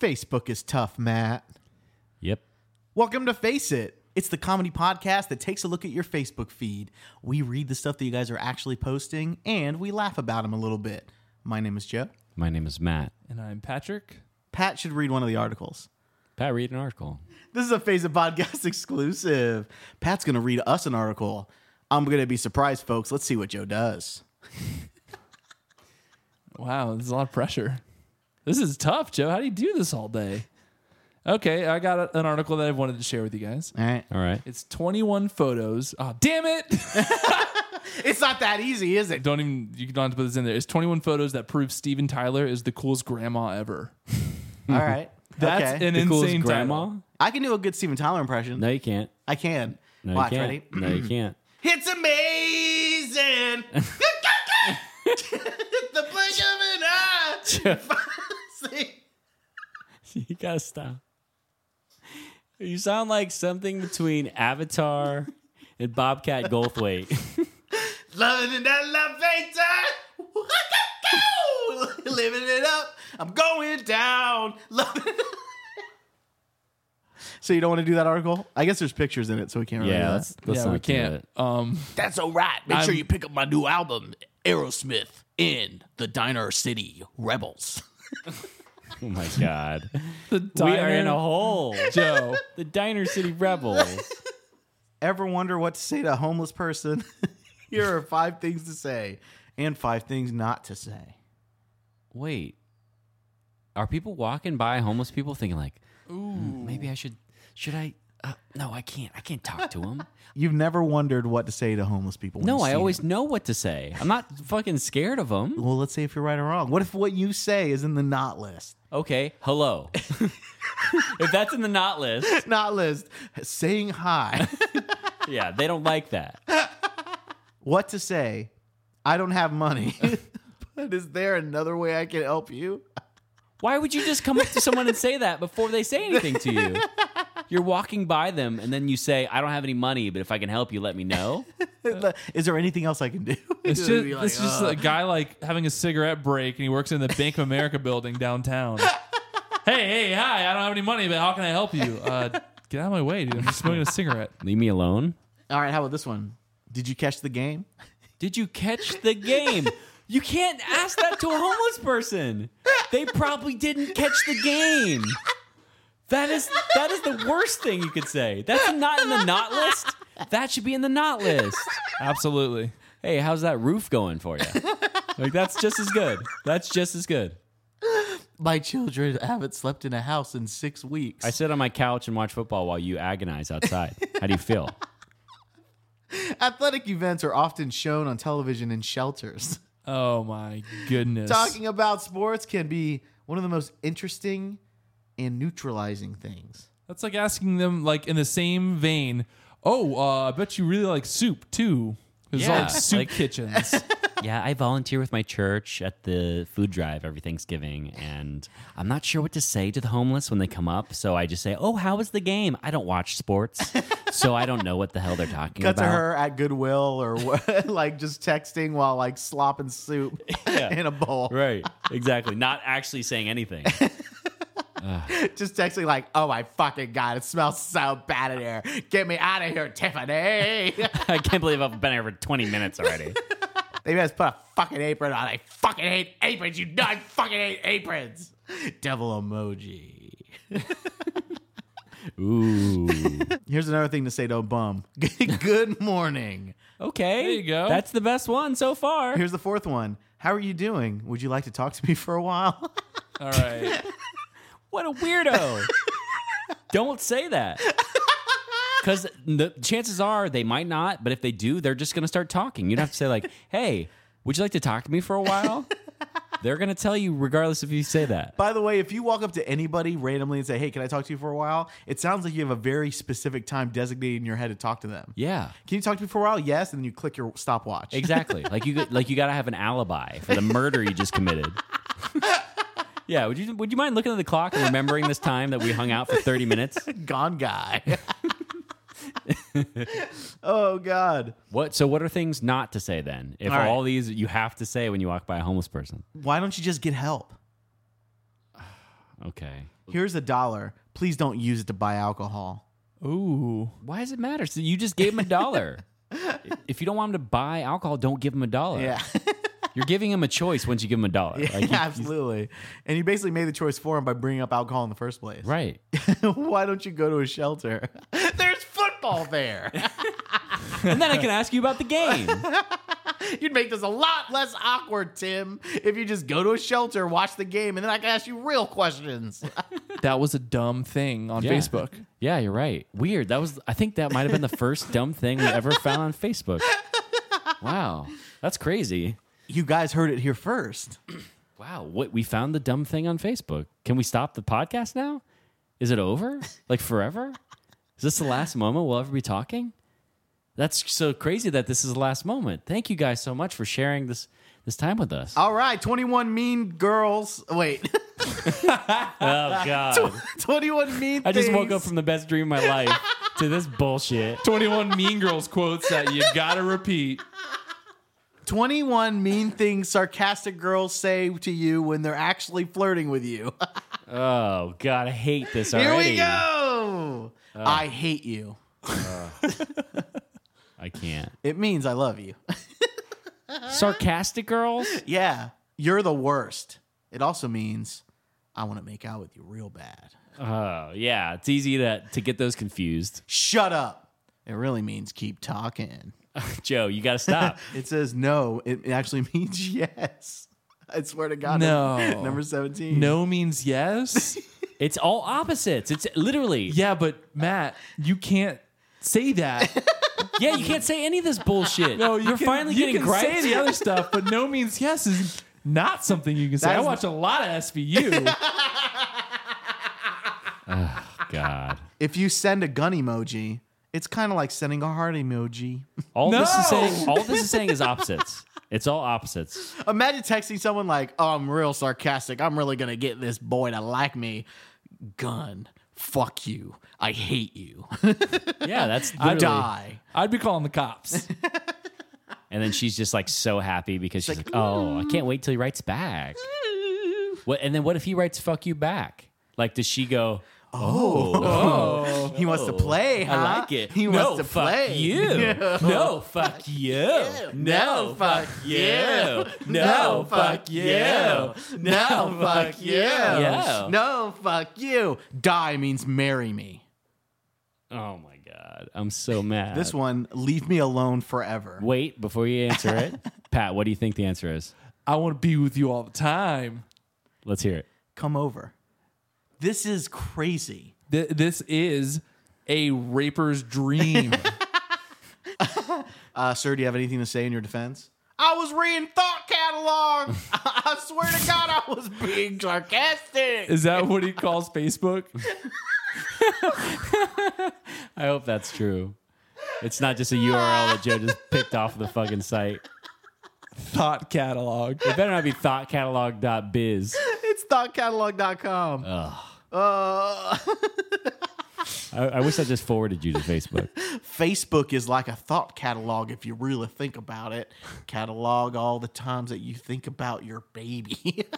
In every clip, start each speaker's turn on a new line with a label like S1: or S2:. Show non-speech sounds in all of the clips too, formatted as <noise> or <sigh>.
S1: Facebook is tough, Matt.
S2: Yep.
S1: Welcome to Face It. It's the comedy podcast that takes a look at your Facebook feed. We read the stuff that you guys are actually posting and we laugh about them a little bit. My name is Joe.
S2: My name is Matt.
S3: And I'm Patrick.
S1: Pat should read one of the articles.
S2: Pat, read an article.
S1: This is a Face It podcast <laughs> exclusive. Pat's going to read us an article. I'm going to be surprised, folks. Let's see what Joe does.
S3: Wow, this is a lot of pressure. This is tough, Joe. How do you do this all day? Okay, I got a- an article that I've wanted to share with you guys.
S1: All right.
S2: All right.
S3: It's 21 photos. Ah, damn it! <laughs>
S1: It's not that easy, is it?
S3: don't even, you don't have to put this in there. It's 21 photos that prove Steven Tyler is the coolest grandma ever.
S1: All right.
S3: That's
S1: okay.
S3: an
S2: The coolest
S3: insane
S2: grandma?
S3: title.
S1: I can do a good Steven Tyler impression.
S2: No, you can't.
S1: I can.
S2: No,
S1: Watch,
S2: you can't.
S1: ready?
S2: No, you
S3: <clears throat>
S2: can't.
S1: It's amazing. the blink of an eye. <laughs> See?
S2: <laughs> you gotta stop. You sound like something between Avatar and Bobcat Goldthwait.
S1: Loving in that elevator. <laughs> Living it up. I'm going down. Loving it. So you don't want to do that article? I guess there's pictures in it, so we can't. really do
S2: <laughs> yeah, <laughs>
S1: that.
S2: that's that's
S3: yeah,
S2: not
S3: we
S2: do
S3: can't.
S2: it.
S3: Um,
S1: That's all right. Make
S3: I'm-
S1: sure you pick up my new album, Aerosmith, in the Diner City Rebels.
S2: Oh my god.
S3: the
S2: <laughs> We are in a hole.
S3: <laughs> Joe.
S2: the Diner City
S3: <laughs>
S2: Rebels.
S1: Ever wonder what to say to a homeless person? <laughs> Here are five things to say and five things not to say.
S2: Wait. Are people walking by homeless people thinking like, "Hmm,
S3: Ooh.
S2: maybe I should should I uh, no, I can't. I can't talk to
S3: <laughs>
S2: them.
S1: You've never wondered what to say to homeless people. when
S2: No,
S1: you
S2: I
S1: see
S2: always
S1: them.
S2: know what to say. I'm not fucking scared of them.
S1: Well, let's see if you're right or wrong. What if what you say is in the not list? <laughs>
S2: Okay, hello. <laughs> if that's in the not list,
S1: Not list. Saying hi. <laughs>
S2: yeah, they don't like that.
S1: what to say? I don't have money. <laughs> but is there another way I can help you? <laughs>
S2: Why would you just come up to someone and say that before they say anything to you? You're walking by them and then you say, I don't have any money, but if I can help you, let me know.
S1: is there anything else I can do? <laughs>
S3: It's
S1: It
S3: just,
S1: would be like,
S3: it's just
S1: "Ugh."
S3: a guy like having a cigarette break, and he works in the Bank of America building
S2: <laughs>
S3: downtown. hey, hey, hi! I don't have any money, but how can I help you? Uh, get out of my way, dude! I'm just smoking a cigarette.
S2: Leave me alone.
S1: All right, how about this one? Did you catch the game?
S2: Did you catch the game? You can't ask that to a homeless person. They probably didn't catch the game. That is that is the worst thing you could say. That's not in the not list. That should be in the not list.
S3: Absolutely.
S2: Hey, how's that roof going for you? Like that's just as good. That's just as good.
S1: My children haven't slept in a house in six weeks.
S2: I sit on my couch and watch football while you agonize outside. How do you feel?
S1: Athletic events are often shown on television in shelters.
S3: Oh my goodness!
S1: <laughs> Talking about sports can be one of the most interesting and neutralizing things.
S3: That's like asking them, like in the same vein. Oh, uh, I bet you really like soup too. It's all
S2: Yeah,
S3: like soup
S2: like-
S3: kitchens.
S2: Yeah, I volunteer with my church at the food drive every Thanksgiving, and I'm not sure what to say to the homeless when they come up. So I just say, "Oh, how was the game?" I don't watch sports, so I don't know what the hell they're talking
S1: Cut
S2: about.
S1: to her at Goodwill or <laughs> what, like just texting while like slopping
S2: <laughs>
S1: soup in a bowl.
S2: Right, exactly. Not actually saying anything.
S1: Just texting like, "Oh my fucking god, it smells so bad in here. Get me out of here, Tiffany." <laughs>
S2: <laughs> I can't believe I've been here for 20 minutes already.
S1: They must put a fucking apron on. I fucking hate aprons. You know I fucking hate aprons. Devil emoji.
S2: Ooh.
S1: Here's another thing to say to a bum. <laughs> Good morning.
S2: <laughs> Okay.
S3: There you go.
S2: That's the best one so far.
S1: Here's the fourth one. How are you doing? Would you like to talk to me for a while? <laughs>
S3: all right.
S2: <laughs> What a weirdo. Don't
S1: <laughs>
S2: say that. Because the chances are they might not, but if they do, they're just going to start talking. You'd have to
S1: <laughs>
S2: say, like, hey, would you like to talk to me for a while? they're going to tell you, regardless if you say that.
S1: By the way, if you walk up to anybody randomly and say, "Hey, can I talk to you for a while?" It sounds like you have a very specific time designated in your head to talk to them.
S2: Yeah,
S1: Can you talk to me for a while? Yes, and then you click your stopwatch.
S2: exactly. like you, like you got to have an alibi for the murder you just committed. <laughs> yeah, would you would you mind looking at the clock and remembering this time that we hung out for thirty minutes?
S1: Gone guy. <laughs> oh god.
S2: What? So what are things not to say then? If
S1: All right.
S2: all these you have to say when you walk by a homeless person?
S1: Why don't you just get help?
S2: Okay.
S1: Here's a dollar. Please don't use it to buy alcohol.
S3: Ooh.
S2: Why does it matter? So you just gave him a dollar. if you don't want him to buy alcohol, don't give him a dollar.
S1: Yeah,
S2: You're giving him a choice once you give him a dollar. Like, you-
S1: absolutely. And you basically made the choice for him by bringing up alcohol in the first place.
S2: right.
S1: <laughs> Why don't you go to a shelter? <laughs> There's football
S2: <laughs>
S1: there.
S2: And then I can ask you about the game.
S1: You'd make this a lot less awkward, Tim, if you just go to a shelter, watch the game, and then I can ask you real
S2: <laughs>
S1: questions.
S3: That was a dumb thing on
S2: Yeah. <laughs>
S3: Facebook.
S2: Yeah, you're right. Weird. That was I think that might have been the first dumb thing we ever found on Facebook. Wow. That's crazy.
S1: you guys heard it here first.
S2: Wow, what we found the dumb thing on Facebook. Can we stop the podcast now? Is it <laughs> over? Like forever? Is this the last moment we'll ever be talking? That's so crazy that this is the last moment. Thank you guys so much for sharing this this time with us.
S1: All right, 21 mean girls. Wait, <laughs>
S2: god.
S1: 21 mean
S2: I just
S1: things.
S2: woke up from the best dream of my
S1: <laughs>
S2: life to this bullshit.
S3: 21 Mean Girls quotes that you gotta repeat.
S1: 21 mean things sarcastic girls say to you when they're actually flirting with you.
S2: Oh god, I hate this
S1: Here
S2: already.
S1: we go.
S2: Uh.
S1: I hate you.
S2: I can't.
S1: It means I love you. <laughs>
S2: Sarcastic girls?
S1: yeah, you're the worst. It also means I want to make out with you real bad.
S2: Oh yeah, it's easy to to get those confused. <laughs>
S1: Shut up. It really means keep talking.
S2: Joe, you gotta <laughs> stop.
S1: It says no. It actually <laughs> means yes. I swear to God.
S3: No.
S1: number- <laughs> Number 17.
S3: No means
S2: <laughs>
S3: yes.
S2: it's all opposites. It's literally yeah.
S3: Yeah, but Matt, you can't say that.
S2: You can't say any of this bullshit.
S3: No, you
S2: you are
S3: can-
S2: finally
S3: you
S2: getting
S3: can
S2: griped.
S3: say the other stuff, but no means yes is not something you can say.
S1: That
S3: I
S1: is-
S3: watch a lot
S2: <laughs>
S3: of SVU.
S2: <laughs> God,
S1: If you send a gun emoji, it's kind of like sending a heart emoji. <laughs>
S2: all this is
S3: No!
S2: saying all this is saying is opposites. It's all opposites.
S1: Imagine texting someone like, "Oh, I'm real sarcastic. I'm really gonna get this boy to like me." Gun. Fuck you. I hate you.
S2: Yeah, that's
S1: I
S2: literally-
S1: die.
S3: I'd be calling the cops.
S2: And then she's just like so happy because she's like, oh, I can't wait till he writes back. What? And then what if he writes fuck you back? Like, does she go?
S1: He wants to play. Huh?
S2: Oh. I like it.
S1: He
S2: no,
S1: wants to
S2: fuck
S1: play. <laughs>
S2: you. No, fuck you. No, fuck you. No, fuck you.
S1: No, fuck you.
S2: Yeah.
S1: No, fuck you. Die means marry me.
S2: Oh my god, I'm so mad.
S1: This one, leave me alone forever.
S2: Wait before you answer it, Pat. What do you think the answer is?
S3: I want to be with you all the time.
S2: Let's hear it.
S1: Come over. This is crazy.
S3: Th- this is a
S2: <laughs>
S3: raper's dream.
S1: Uh, sir, do you have anything to say in your defense? I was reading thought
S2: <laughs>
S1: catalog. I swear to God, I was being sarcastic.
S3: is that what he calls Facebook?
S2: <laughs> I hope that's true. It's not just a URL that Joe just picked off the fucking site.
S3: Thought catalog.
S2: It better not be thoughtcatalog.biz.
S1: It's thoughtcatalog.com. Uh,
S2: I, I wish I just forwarded you to Facebook.
S1: Facebook is like a thought catalog if you really think about it. Catalog all the times that you think about your baby. <laughs>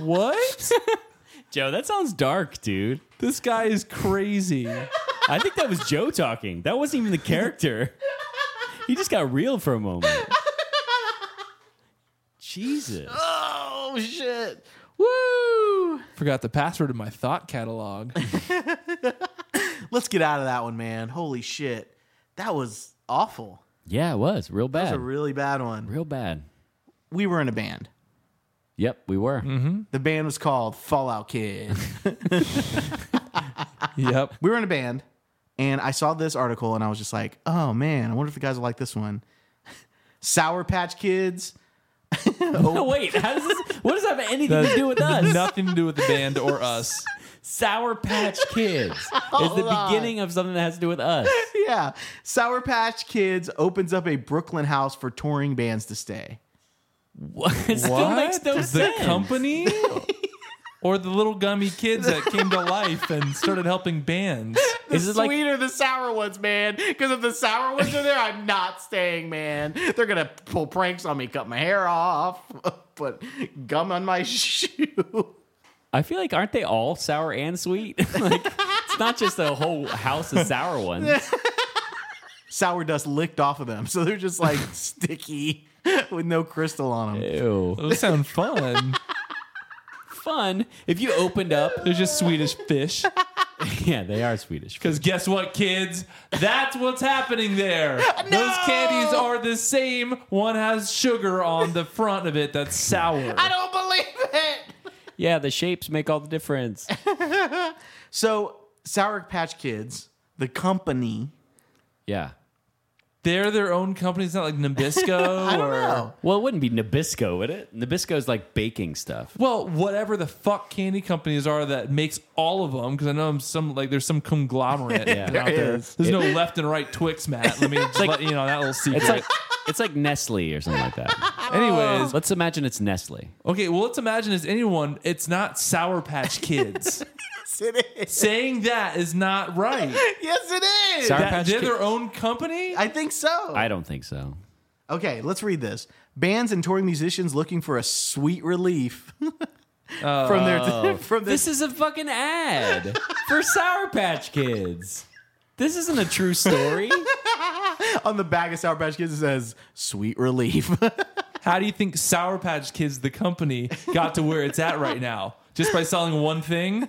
S3: What?
S2: Joe, that sounds dark, dude.
S3: this guy is crazy.
S2: I think that was Joe talking. That wasn't even the character. He just got real for a moment. Jesus.
S1: oh, shit. Woo.
S3: Forgot the password of my
S2: <laughs>
S3: thought catalog.
S1: Let's get out of that one, man. Holy shit. That was awful.
S2: Yeah, it was. Real
S1: That was
S2: bad.
S1: a really bad one.
S2: real bad.
S1: We were in a band.
S2: Yep, we were.
S3: Mm-hmm.
S1: The band was called Fallout Kid.
S3: Yep.
S1: we were in a band, and I saw this article, and I was just like, "Oh man, I wonder if the guys will like this one." <laughs> Sour Patch Kids.
S2: <laughs> No, wait. How does this, what does that have anything to
S3: <laughs>
S2: do with us?
S3: Nothing to do with the band or us.
S2: Sour Patch
S1: <laughs>
S2: Kids is the
S1: on.
S2: beginning of something that has to do with us.
S1: <laughs> Yeah, Sour Patch Kids opens up a Brooklyn house for touring bands to stay.
S2: What? <laughs> It <laughs> still makes no
S3: the
S2: sense. <laughs>
S3: company or the little gummy kids that came to life and started helping bands?
S2: Is it like
S1: Sweet or the sour ones, man. Because if the sour ones are there, I'm not staying, man. They're gonna pull <laughs> pranks on me, cut my hair off, put gum on my <laughs> shoe.
S2: I feel like aren't they all sour and sweet? <laughs> like it's not just a whole house of sour ones.
S1: <laughs> Sour dust licked off of them, so they're just <laughs> like sticky with no crystal on them.
S2: Ew.
S3: Those sound fun.
S2: Fun. If you opened up <laughs>
S3: They're just Swedish fish.
S2: Yeah, they are Swedish.
S3: Because guess what, kids? That's what's happening there. Those candies are the same. One has sugar on the front of it that's sour.
S1: I don't believe it.
S2: <laughs> Yeah, the shapes make all
S1: <laughs>
S2: the difference.
S1: So Sour Patch Kids, the company.
S2: Yeah.
S3: They're their own company. It's not like Nabisco
S1: <laughs> I don't
S3: or
S1: know.
S2: Well, it wouldn't be Nabisco, would it? Nabisco's like baking stuff.
S3: well, whatever the fuck candy companies are that makes all of them. Because I know I'm some like there's
S1: <laughs>
S3: some conglomerate
S2: Yeah.
S3: out
S2: There
S3: there.
S1: is.
S3: There's no left and right Twix,
S1: <laughs>
S3: Matt. Let me just let you know that little secret.
S2: It's <laughs> like it's like Nestle or something like
S1: Oh.
S2: that.
S3: Anyways,
S2: Let's imagine it's Nestle.
S3: okay. Well, let's imagine as anyone, it's not Sour
S1: <laughs>
S3: Patch Kids.
S1: Yes, it is.
S3: Saying that is not right.
S1: Yes, it is.
S2: Sour
S3: That-
S2: Patch
S3: they're
S2: Kids.
S3: their own company.
S1: I think so.
S2: I don't think so.
S1: okay, let's read this. Bands and touring musicians looking for a sweet relief <laughs> from
S3: Oh.
S1: their <laughs> from their
S2: This is a fucking ad for Sour Patch Kids. This isn't a true story.
S1: on the back of Sour Patch Kids it says sweet relief.
S3: <laughs>
S1: <laughs>
S3: How do you think Sour Patch Kids, the company, got to where it's at right now? Just by selling one thing? <laughs>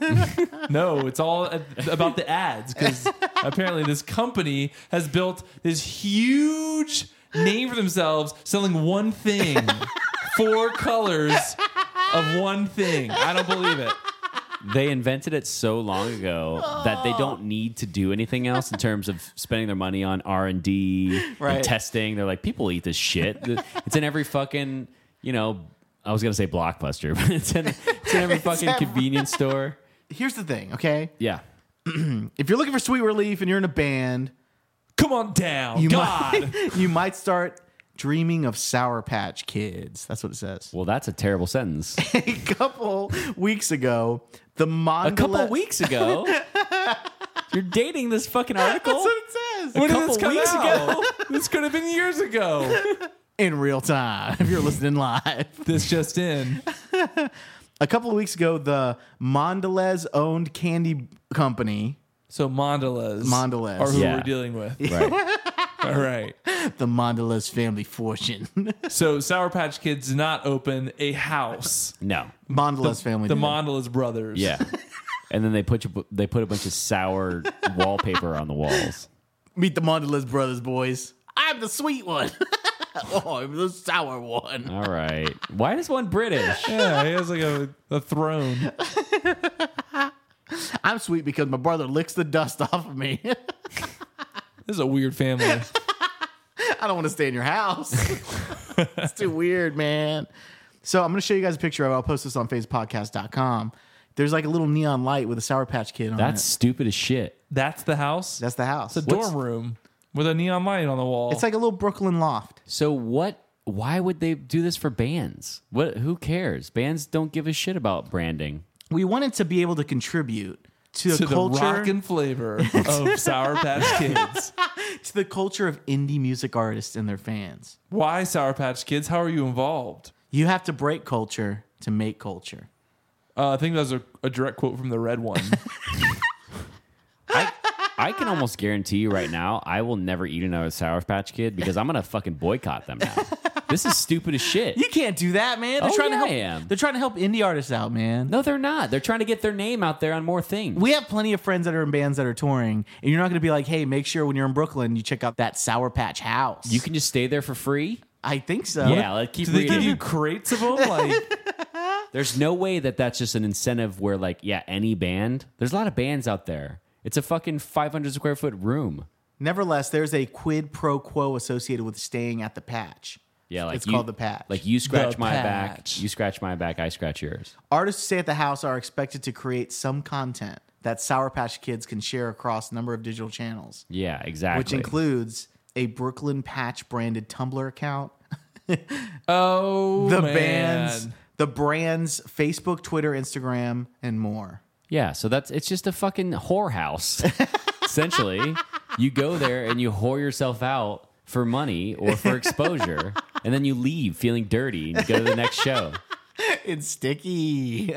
S3: no, it's all a- about the ads because apparently this company has built this huge name for themselves selling one thing, four colors of one thing. I don't believe it.
S2: they invented it so long ago that they don't need to do anything else in terms of spending their money on R and D
S1: Right.
S2: and testing. They're like, people eat this shit. It's in every fucking, you know, I was gonna say blockbuster, <laughs> but it's in, it's in every fucking
S1: every-
S2: convenience store.
S1: Here's the thing, okay?
S2: Yeah,
S1: If you're looking for sweet relief and you're in a band,
S3: Come on down.
S1: you
S3: God.
S1: might <laughs> you might start dreaming of Sour Patch Kids. That's what it says.
S2: well, that's a terrible sentence.
S1: a <laughs> couple weeks ago, the Mongol
S2: A couple <laughs> weeks ago, <laughs> you're dating this
S3: <laughs>
S2: fucking article.
S1: That's what it says.
S3: When did
S2: couple
S3: this come
S2: weeks
S3: out? this could have been years ago.
S1: In real time, <laughs> if you're listening live.
S3: This just in.
S1: A couple of weeks ago, the Mondelez owned candy company,
S3: So Mondelez.
S1: Mondelez.
S3: Are who
S2: Yeah.
S3: we're dealing with.
S2: Right.
S3: All right.
S1: the Mondelez family fortune. <laughs>
S3: So Sour Patch Kids did not open a house.
S2: No.
S1: Mondelez family.
S3: The
S1: did. <laughs>
S3: Mondelez brothers.
S2: Yeah. And then they put you, they put a bunch of sour <laughs> wallpaper on the walls.
S1: Meet the Mondelez brothers, boys. I'm the sweet one. <laughs> oh, I'm the sour one.
S2: All right. Why is one British?
S3: Yeah, he has like a, a throne.
S1: I'm sweet because my brother licks the dust <laughs> off of me.
S3: This is a weird family.
S1: I don't want to stay in your
S3: <laughs>
S1: house. it's too weird, man. So I'm going to show you guys a picture of it. I'll post this on phasepodcast.com. There's like a little neon light with a Sour Patch Kid on
S2: That's
S1: it.
S2: stupid as shit.
S3: That's the house.
S1: That's the house.
S3: the dorm room with a neon light on the wall.
S1: It's like a little Brooklyn loft.
S2: So what? Why would they do this for bands? What? Who cares? Bands don't give a shit about branding.
S1: We wanted to be able to contribute to, the
S3: to the
S1: culture
S3: rock and flavor
S1: <laughs>
S3: of Sour Patch Kids.
S1: to the culture of indie music artists and their fans.
S3: Why Sour Patch Kids? How are you involved?
S1: You have to break culture to make culture.
S3: Uh, I think that was a, a direct quote from the
S1: <laughs>
S3: red one.
S2: I, I can almost guarantee you right now, I will never eat another Sour Patch Kid because I'm gonna fucking boycott them now. This is stupid as
S1: <laughs>
S2: shit.
S1: You can't do that, man. They're
S2: Oh,
S1: trying
S2: yeah,
S1: to help
S2: I am.
S1: They're trying to help indie artists out, man.
S2: No, they're not. They're trying to get their name out there on more things.
S1: We have plenty of friends that are in bands that are touring, and you're not going to be like, "Hey, make sure when you're in Brooklyn, you check out that Sour Patch House."
S2: you can just stay there for free.
S1: I think so.
S2: Yeah, let's keep
S3: Do they
S2: reading.
S3: give you crates of them? Like,
S2: There's no way that that's just an incentive where, like, yeah, any band. There's a lot of bands out there. It's a fucking 500 square foot room.
S1: Nevertheless, there's a quid pro quo associated with staying at the patch.
S2: Yeah, like
S1: it's
S2: you-
S1: called the patch.
S2: Like you scratch
S3: The
S2: my
S3: patch.
S2: back, you scratch my back, I scratch yours.
S1: Artists who stay at the house are expected to create some content that Sour Patch Kids can share across a number of digital channels,
S2: Yeah, exactly.
S1: which includes a Brooklyn Patch branded Tumblr account,
S3: oh,
S1: the
S3: man.
S1: band's the brand's Facebook, Twitter, Instagram, and
S3: <laughs>
S1: more.
S2: yeah. So that's it's just a
S1: <laughs>
S2: fucking whorehouse. Essentially, you go there and you whore yourself out for money or for exposure, and then you leave feeling dirty and you go to the next show.
S1: It's sticky.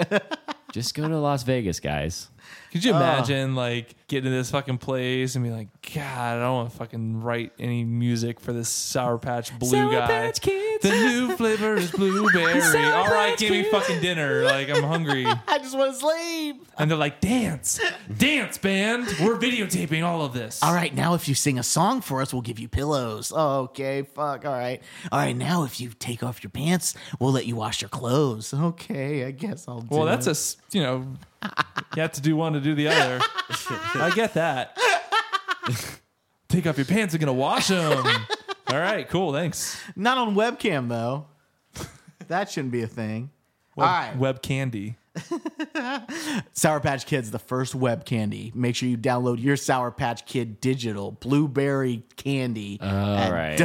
S2: Just go to Las Vegas, guys.
S3: Could
S2: Ah.
S3: you imagine like getting to this fucking place and be like, God, I don't want to fucking write any music for this Sour Patch Blue
S2: Sour
S3: guy.
S2: Patch Kids.
S3: The new flavor is
S2: <laughs>
S3: blueberry.
S2: Sour
S3: All right,
S2: Patch
S3: give me
S2: Kids.
S3: fucking dinner. Like I'm
S1: <laughs>
S3: hungry.
S2: <laughs>
S1: I just want to sleep.
S3: And they're like, dance, dance, band. We're videotaping all of this.
S1: All right, now if you sing a song for us, we'll give you pillows. Oh, okay, fuck. All right. All right, now if you take off your pants, we'll let you wash your clothes. Okay, I guess I'll do
S3: Well, that's a
S1: it.
S3: s- you know, you have to do one to do
S2: <laughs>
S3: the other. I get that. Take off your pants. We're gonna
S2: <laughs>
S3: wash them. All right, cool. Thanks.
S1: Not on webcam, though. <laughs> that shouldn't be a thing.
S3: Web,
S1: All right.
S3: web candy.
S1: Sour Patch Kids, the first web candy. Make sure you download your Sour Patch Kid digital blueberry candy at
S2: right.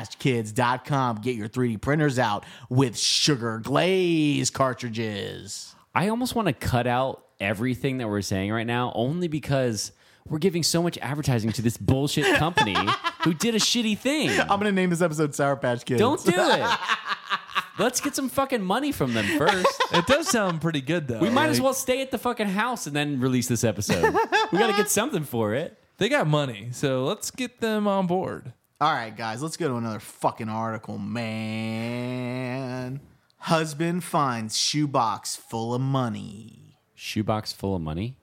S1: www.sourpatchkids.com. Get your 3D printers out with sugar glaze cartridges.
S2: I almost want to cut out everything that we're saying right now only because we're giving so much advertising to this bullshit company who did a shitty thing.
S1: I'm going to name this episode Sour Patch Kids.
S2: Don't do it. Let's get some fucking money from them first.
S3: It does sound pretty good though.
S2: We might as well stay at the fucking house and then release this episode. we got to get something for it.
S3: They got money, so let's get them on board.
S1: <laughs> All right, guys, let's go to another fucking article, man. Husband finds shoebox full of money.
S2: Shoebox full of money.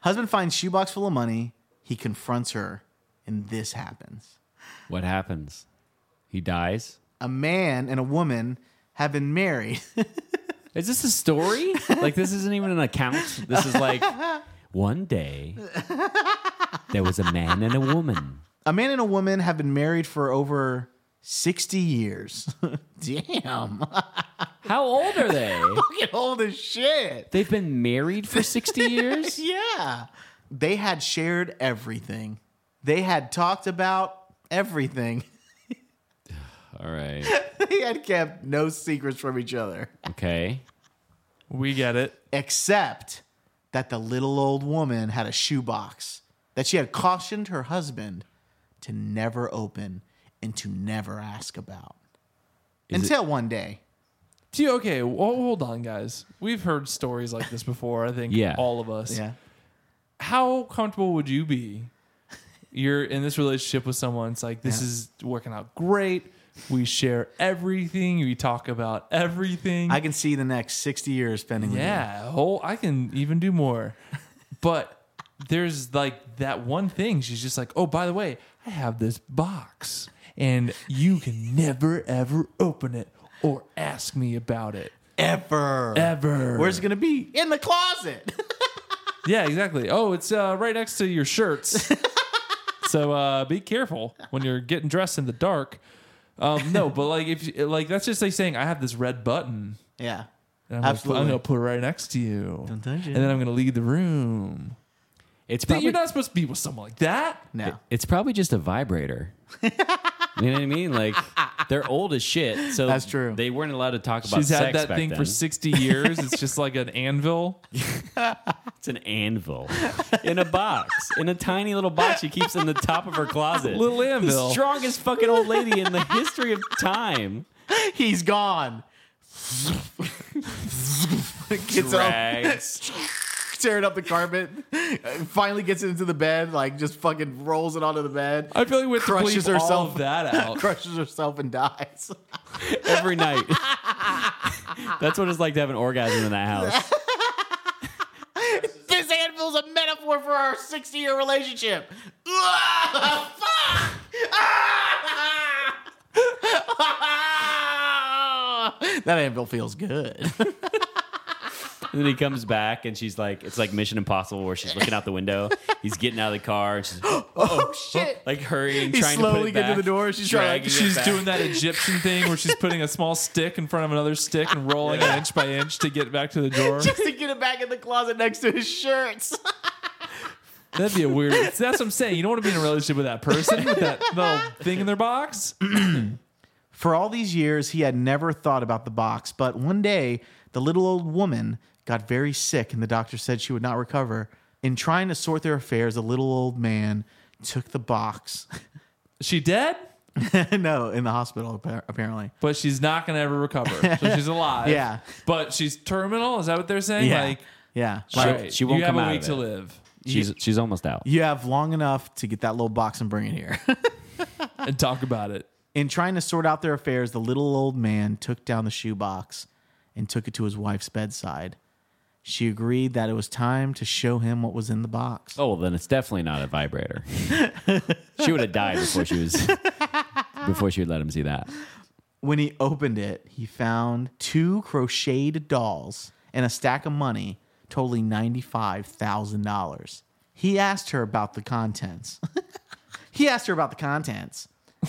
S1: Husband finds shoebox full of money. He confronts her, and this happens.
S2: What happens? He dies.
S1: A man and a woman have been married. <laughs>
S2: Is this a story? like this isn't even an account. This is like one day there was a man and a woman.
S1: a man and a woman have been married for over 60 years. <laughs> Damn. <laughs>
S2: How old are they?
S1: Fucking old as shit.
S2: They've been married for 60 years?
S1: Yeah. They had shared everything, they had talked about everything.
S2: <laughs>
S1: <laughs>
S2: All right.
S1: they had kept no secrets from each other,
S2: Okay.
S3: We get it.
S1: except that the little old woman had a shoebox that she had cautioned her husband to never open and to never ask about until one day.
S3: Do you, okay, well, hold on, guys. We've heard stories like this before. I think
S2: Yeah.
S3: all of us.
S1: Yeah.
S3: How comfortable would you be? You're in this relationship with someone. It's like this
S1: Yeah.
S3: is working out great. We share everything. We talk about everything.
S1: I can see the next 60 years spending with you.
S3: yeah, whole. I can even do more. <laughs> But there's like that one thing. She's just like, oh, by the way, I have this box, and you can never ever open it or ask me about it.
S1: Ever.
S3: Ever.
S1: Where's it going to be? In the closet. <laughs>
S3: Yeah, exactly. Oh, it's uh, right next to your shirts. <laughs> so uh, be careful when you're getting dressed in the dark. Um, no, but like if you- like that's just like saying I have this red button.
S1: yeah.
S3: And I'm
S1: Absolutely.
S3: Gonna put, I'm gonna put it right next to you.
S1: Don't touch it.
S3: And then I'm gonna leave the room.
S2: It's
S3: Th-
S2: probably,
S3: you're not supposed to be with someone like that.
S1: No.
S2: it's probably just a vibrator. you know what I mean? Like they're old as shit. So
S1: That's true.
S2: They weren't allowed to talk about
S3: She's
S2: sex
S3: had that
S2: back
S3: thing
S2: then.
S3: for 60 years. It's just like an
S2: <laughs>
S3: anvil.
S2: It's an anvil in a box, in a tiny little box she keeps in the top of her closet.
S3: Little anvil.
S2: The strongest fucking old lady in the history of time.
S1: He's gone. <laughs> gets up,
S2: Rags.
S1: tearing up the carpet. Finally gets into the bed, like just fucking rolls it onto the bed,
S3: I feel like we have to
S1: Crushes
S3: bleep all
S1: herself.
S3: of that
S1: <laughs>
S3: out.
S1: crushes herself and dies. <laughs>
S2: every night. <laughs> That's what it's like to have an orgasm in that house.
S1: this anvil's a metaphor for our 60 year relationship. <laughs> Ah, fuck! Ah! that anvil feels good.
S2: And then he comes back and she's like, it's like Mission Impossible where she's looking out the window. He's getting out of the car and she's
S1: <laughs> Oh shit!
S2: like hurrying,
S1: He's
S2: trying to put
S1: slowly
S2: it
S1: getting to
S2: back,
S1: the door. She's trying. Like,
S2: dragging it
S3: She's
S2: back.
S3: doing that Egyptian thing where she's putting a small stick in front of another stick and rolling it inch by inch to get back to the door.
S1: <laughs> just to get it back in the closet next to his shirts.
S3: That'd be a weird. That's what I'm saying. You don't want to be in a relationship with that person
S2: <laughs>
S3: with that little thing in their box.
S1: For all these years, he had never thought about the box, but one day, the little old woman got very sick, and the doctor said she would not recover. In trying to sort their affairs, the little old man took the box. <laughs>
S3: She dead?
S1: no, in the hospital appar- apparently.
S3: but she's not going to ever recover.
S2: <laughs>
S3: So she's alive.
S1: Yeah.
S3: But she's terminal. Is that what they're saying?
S1: Yeah.
S3: Like,
S1: yeah.
S2: She-
S3: all right,
S2: she won't
S3: you
S2: come
S3: have
S2: out
S3: a week
S2: of
S3: to
S2: it.
S3: live.
S2: She's she's almost out.
S1: You have long enough to get that little box and bring it here. <laughs>
S3: And talk about it.
S1: In trying to sort out their affairs, the little old man took down the shoebox and took it to his wife's bedside. She agreed that it was time to show him what was in the box.
S2: Oh, well, then it's definitely not a vibrator. <laughs> she would have died before she was before she would let him see that.
S1: When he opened it, he found two crocheted dolls and a stack of money totaling $95,000. He asked her about the contents. <laughs> he asked her about the contents. <laughs>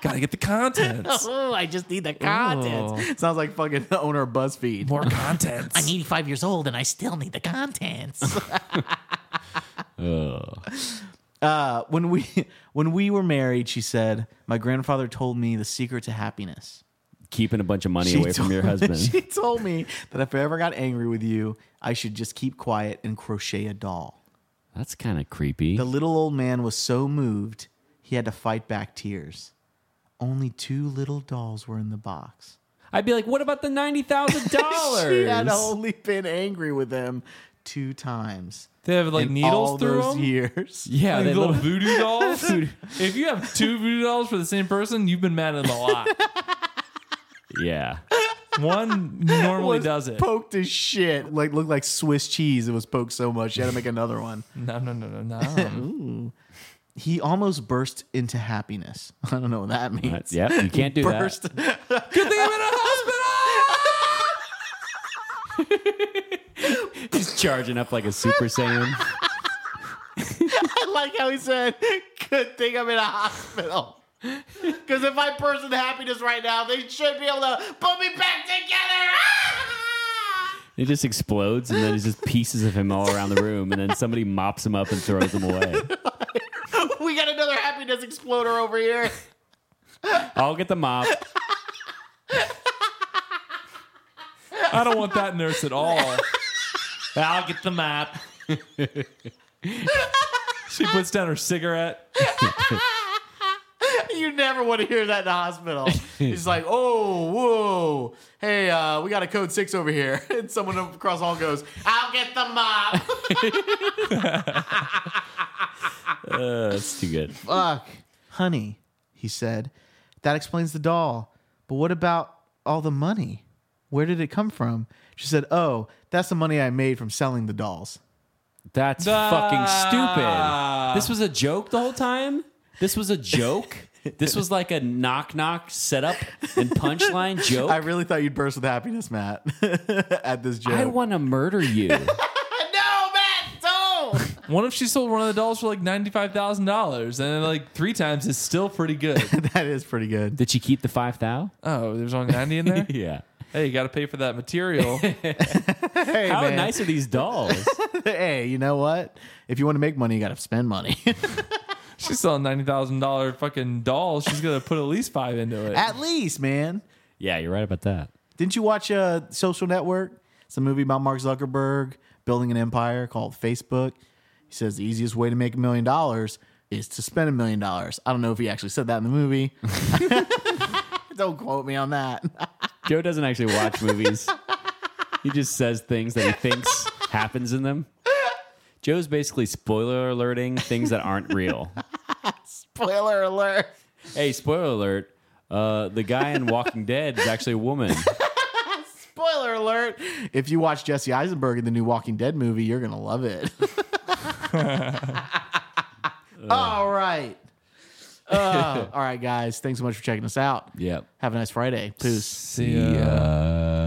S3: Got
S2: <laughs>
S3: to get the contents.
S1: Oh, I just need the contents. Sounds like fucking the owner of BuzzFeed.
S3: More contents.
S1: I'm 85 years old and I still need the contents. uh, when we <laughs> when we were married, she said, my grandfather told me the secret to happiness.
S2: Keeping a bunch of money
S1: She
S2: away from
S1: told-
S2: your
S1: <laughs>
S2: husband.
S1: she told me that if I ever got angry with you, I should just keep quiet and crochet a doll.
S2: That's kind of creepy.
S1: The little old man was so moved, he had to fight back tears. Only two little dolls were in the box.
S2: I'd be like, what about the ninety thousand
S1: <laughs> She had
S2: dollars?
S1: only been angry with him two times.
S3: They have like
S1: in
S3: needles
S1: all
S3: through
S1: those
S3: them.
S1: years.
S3: <laughs>
S2: Yeah,
S3: Like
S2: they
S3: little
S2: look-
S3: voodoo <laughs> dolls. if you have two voodoo dolls for the same person, you've been mad at him a lot.
S2: yeah.
S3: One normally
S1: Was
S3: does
S1: <laughs>
S3: it.
S1: Poked as shit. Like looked like Swiss cheese. It was poked so much. She had to make another one.
S3: no, no, no, no, no.
S1: He almost burst into happiness. <laughs> I don't know what that means.
S2: That's, yep, you can't
S1: <laughs>
S2: do
S1: burst.
S3: Good thing I'm in a hospital.
S2: that. He's charging up like a super saiyan.
S1: I <laughs> like how he said, "Good thing I'm in a hospital." <laughs> Because if I burst into happiness right now, they should be able to put me back together. <laughs> Ah!
S2: It just explodes, and then there's just pieces of him all around the room, and then somebody mops him up and throws him away.
S1: we got another happiness exploder over here.
S2: I'll get the mop.
S3: I don't want that nurse at all. I'll get the map. she puts down her cigarette.
S1: You never want to hear that in the hospital. It's like, oh, whoa, hey, uh, we got a code six over here, <laughs> and someone across the hall goes, "I'll get the mop."
S2: Uh, that's too good.
S1: Fuck, honey, he said. That explains the doll. But what about all the money? Where did it come from? She said, "Oh, that's the money I made from selling the dolls."
S2: That's fucking
S3: Uh,
S2: stupid. This was a joke the whole time. This was a joke. this was like a knock knock setup and punchline joke.
S1: <laughs> I
S2: I,
S1: really thought you'd burst with happiness, Matt, <laughs> at this joke.
S2: want to murder you.
S1: no, Matt, don't.
S3: What if she sold one of the dolls for like ninety five thousand dollars, and then like three times is still pretty
S1: <laughs>
S3: good.
S1: that is pretty good.
S2: Did she keep the five thou?
S3: <laughs> Oh, there's only ninety in there.
S2: Yeah.
S3: <laughs> hey, you got to pay for that <laughs> material.
S1: Hey,
S2: How
S1: man.
S2: nice are these dolls?
S1: <laughs> hey, you know what? If you want to make money, you got to spend money. <laughs>
S3: She's selling ninety thousand dollar fucking dolls. She's gonna put at least five into it.
S1: At least, man.
S2: yeah, you're right about that.
S1: Didn't you watch uh, Social Network? It's a movie about Mark Zuckerberg building an empire called Facebook. He says the easiest way to make a million dollars is to spend a million dollars. I don't know if he actually said that in the movie. don't quote me on that. <laughs>
S2: Joe doesn't actually watch movies. he just says things that he thinks happens in them. Joe's basically spoiler alerting things that aren't real.
S1: Spoiler alert.
S2: Hey, spoiler alert. Uh, the guy in Walking Dead is actually a woman.
S1: Spoiler alert. If you watch Jesse Eisenberg in the new Walking Dead movie, you're going to love it. <laughs> all right. Uh, all right, guys. Thanks so much for checking us out.
S2: Yep.
S1: Have a nice Friday. Peace.
S3: See uh, ya.